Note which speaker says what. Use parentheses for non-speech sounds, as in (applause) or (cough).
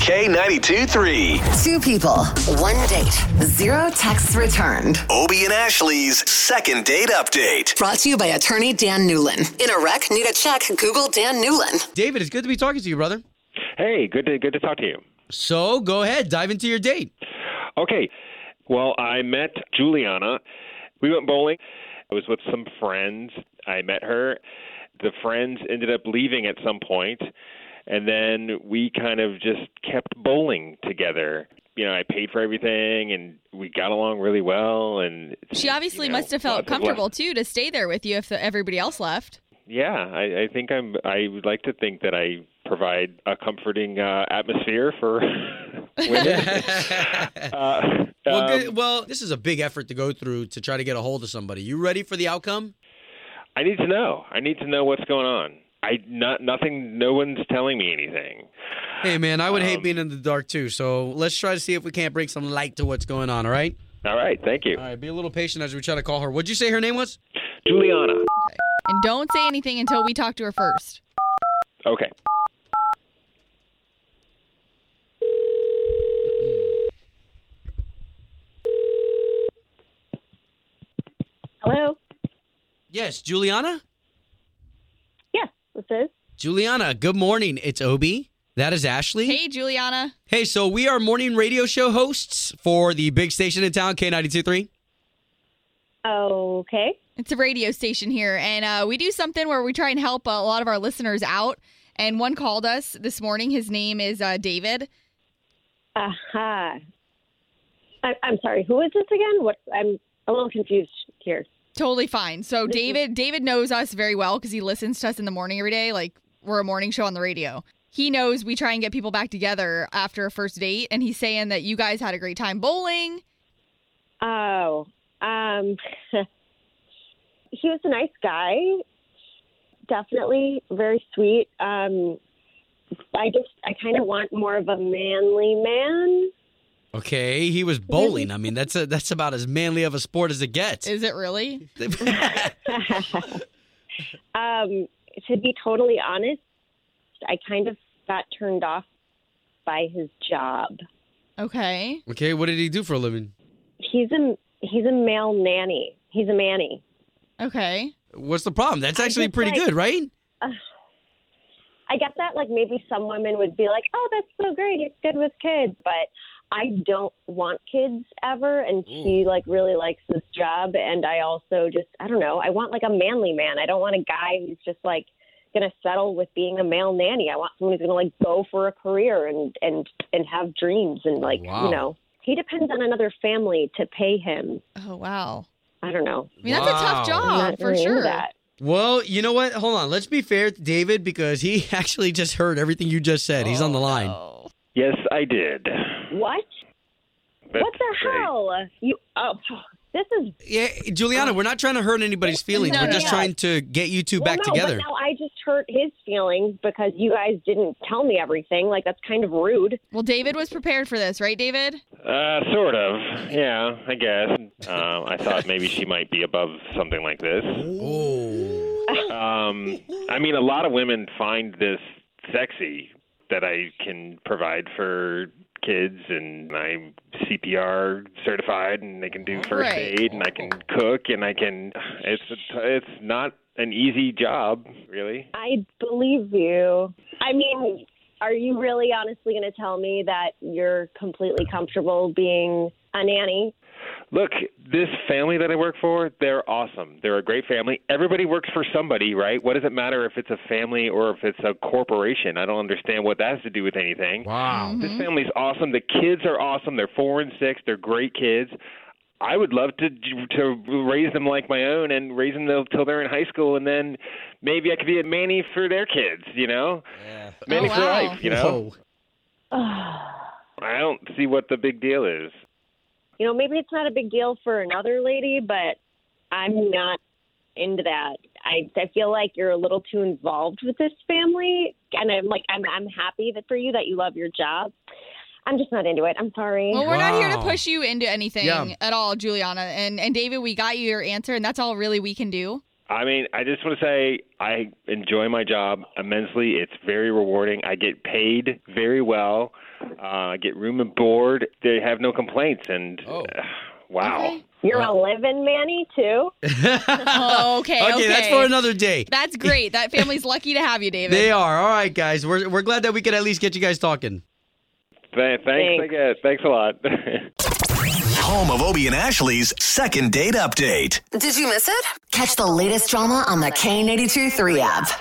Speaker 1: K92 3.
Speaker 2: Two people, one date, zero texts returned.
Speaker 1: Obie and Ashley's second date update.
Speaker 2: Brought to you by attorney Dan Newlin. In a wreck, need a check, Google Dan Newlin.
Speaker 3: David, it's good to be talking to you, brother.
Speaker 4: Hey, good to good to talk to you.
Speaker 3: So go ahead, dive into your date.
Speaker 4: Okay, well, I met Juliana. We went bowling. I was with some friends. I met her. The friends ended up leaving at some point, and then we kind of just kept bowling together. You know, I paid for everything, and we got along really well. And
Speaker 5: She obviously
Speaker 4: you know,
Speaker 5: must have felt
Speaker 4: lots of
Speaker 5: comfortable
Speaker 4: less-
Speaker 5: too to stay there with you if the, everybody else left.
Speaker 4: Yeah, I, I think I'm. I would like to think that I provide a comforting uh, atmosphere for (laughs) women. uh,
Speaker 3: well,
Speaker 4: um,
Speaker 3: good, well, this is a big effort to go through to try to get a hold of somebody. You ready for the outcome?
Speaker 4: I need to know. I need to know what's going on. I not nothing. No one's telling me anything.
Speaker 3: Hey, man, I would hate
Speaker 4: Um,
Speaker 3: being in the dark too. So let's try to see if we can't bring some light to what's going on. All right.
Speaker 4: All right, thank you,
Speaker 3: All right. Be a little patient as we try to call her. What'd you say her name was?
Speaker 4: Juliana.
Speaker 5: And don't say anything until we talk to her first.
Speaker 4: Okay.
Speaker 6: Hello.
Speaker 3: Yes, Juliana.
Speaker 6: Yes, this is.
Speaker 3: Juliana. Good morning. It's Obi. That is Ashley.
Speaker 5: Hey, Juliana.
Speaker 3: Hey, so we are morning radio show hosts for the big station in town, K92.3.
Speaker 6: Okay.
Speaker 5: It's a radio station here, and uh, we do something where we try and help a lot of our listeners out. And one called us this morning. His name is uh, David.
Speaker 6: Aha. I, I'm sorry. Who is this again? What? I'm a little confused here.
Speaker 5: Totally fine. So David, David knows us very well because he listens to us in the morning every day. Like we're a morning show on the radio. He knows we try and get people back together after a first date, and he's saying that you guys had a great time bowling.
Speaker 6: Oh. Um. (laughs) he was a nice guy. Definitely very sweet. Um. I just I kind of want more of a manly man.
Speaker 3: Okay, he was bowling. I mean, that's a, that's about as manly of a sport as it gets. (laughs)
Speaker 5: Is it really?
Speaker 6: um. To be totally honest, I kind of got turned off by his job.
Speaker 5: Okay.
Speaker 3: okay, what did he do for a living?
Speaker 6: he's a he's a male nanny. He's a manny.
Speaker 5: Okay.
Speaker 3: What's the problem? That's
Speaker 6: I
Speaker 3: actually
Speaker 6: just
Speaker 3: pretty
Speaker 6: like-
Speaker 3: good, right?
Speaker 6: I get that like maybe some women would be like, "Oh, that's so great. It's good with kids." But I don't want kids ever and he like really likes this job and I also just I don't know. I want like a manly man. I don't want a guy who's just like going to settle with being a male nanny. I want someone who's going to like go for a career and and and have dreams and like,
Speaker 5: Oh,
Speaker 3: Wow.
Speaker 6: you know, he depends on another family to pay him.
Speaker 5: Oh wow.
Speaker 6: I don't know.
Speaker 5: I mean, that's a tough
Speaker 3: Wow.
Speaker 6: I'm
Speaker 5: job
Speaker 6: not
Speaker 5: Ah, for
Speaker 6: really into
Speaker 5: sure.
Speaker 6: that.
Speaker 3: Well, you know what? Hold on. Let's be fair to David because he (laughs) actually just heard everything you just said. He's on the line.
Speaker 5: Oh.
Speaker 4: Yes, I did.
Speaker 6: What?
Speaker 4: That's
Speaker 6: What the
Speaker 4: great.
Speaker 6: hell? You oh, this is
Speaker 3: Yeah, Juliana, we're not trying to hurt anybody's feelings.
Speaker 5: No,
Speaker 3: we're
Speaker 5: no,
Speaker 3: just
Speaker 5: no.
Speaker 3: trying to get you two
Speaker 6: well,
Speaker 3: back
Speaker 6: no,
Speaker 3: together.
Speaker 6: But now I just hurt his feelings because you guys didn't tell me everything. Like that's kind of rude.
Speaker 5: Well, David was prepared for this, right, David?
Speaker 4: Uh, sort of. Yeah, I guess. Um, I thought maybe she might be above something like this.
Speaker 3: Oh.
Speaker 4: Um, I mean, a lot of women find this sexy that I can provide for kids, and I'm CPR certified, and they can do first
Speaker 5: Right.
Speaker 4: aid, and I can cook, and I can. It's it's not an easy job, really.
Speaker 6: I believe you. I mean, are you really honestly going to tell me that you're completely comfortable being a nanny?
Speaker 4: Look, this family that I work for, they're awesome. They're a great family. Everybody works for somebody, right? What does it matter if it's a family or if it's a corporation? I don't understand what that has to do with anything.
Speaker 3: Wow.
Speaker 5: Mm-hmm.
Speaker 4: This family's awesome. The kids are awesome. They're four and six. They're great kids. I would love to to raise them like my own and raise them till- till they're in high school, and then maybe I could be a nanny for their kids. You know, nanny
Speaker 5: Oh,
Speaker 4: for
Speaker 5: wow.
Speaker 4: life. You know,
Speaker 3: Whoa.
Speaker 4: I don't see what the big deal is.
Speaker 6: You know, maybe it's not a big deal for another lady, but I'm not into that. I, I feel like you're a little too involved with this family, and I'm like, I'm I'm happy that for you that you love your job. I'm just not into it. I'm sorry.
Speaker 5: Well, we're not here to
Speaker 3: Wow.
Speaker 5: push you into anything
Speaker 3: Yeah.
Speaker 5: at all, Juliana. And and David, we got you your answer, and that's all really we
Speaker 3: (laughs)
Speaker 5: can do.
Speaker 4: I mean, I just want to say I enjoy my job immensely. It's very rewarding. I get paid very well. uh, get room and board. They have no complaints, and
Speaker 3: Oh.
Speaker 4: uh, wow.
Speaker 5: Okay.
Speaker 6: You're a living Manny too.
Speaker 5: Oh, okay,
Speaker 3: okay,
Speaker 5: okay.
Speaker 3: that's for another day.
Speaker 5: That's great. That family's lucky to have you, David.
Speaker 3: They are. All right, guys. We're, we're glad that we could at least get you guys talking.
Speaker 4: Th- thanks, I
Speaker 6: Thanks.
Speaker 4: guess. Thanks a lot. (laughs)
Speaker 1: Home of Obie and Ashley's second date update.
Speaker 2: Did you miss it? Catch the latest drama on the K82 3 app.